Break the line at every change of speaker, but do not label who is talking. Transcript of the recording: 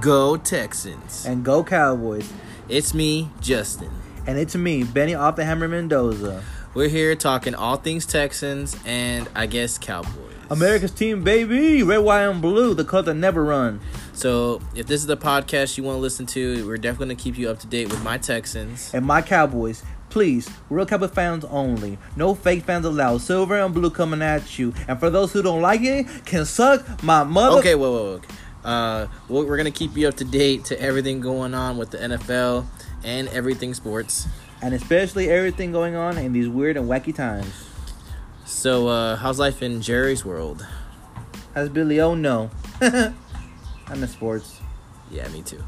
Go Texans.
and go Cowboys.
It's me, Justin.
And it's me, Benny Off the Hammer Mendoza.
We're here talking all things Texans and I guess Cowboys.
America's team, baby. Red, white, and blue. The color that never run.
So, if this is the podcast you want to listen to, we're definitely going to keep you up to date with my Texans.
And my Cowboys. Please, real Cowboy fans only. No fake fans allowed. Silver and blue coming at you. And for those who don't like it, can suck my mother.
Okay, whoa, whoa, whoa. Uh, we're we're going to keep you up to date to everything going on with the NFL and everything sports.
And especially everything going on in these weird and wacky times.
So, uh, how's life in Jerry's world?
As Billy O know. I'm in sports.
Yeah, me too.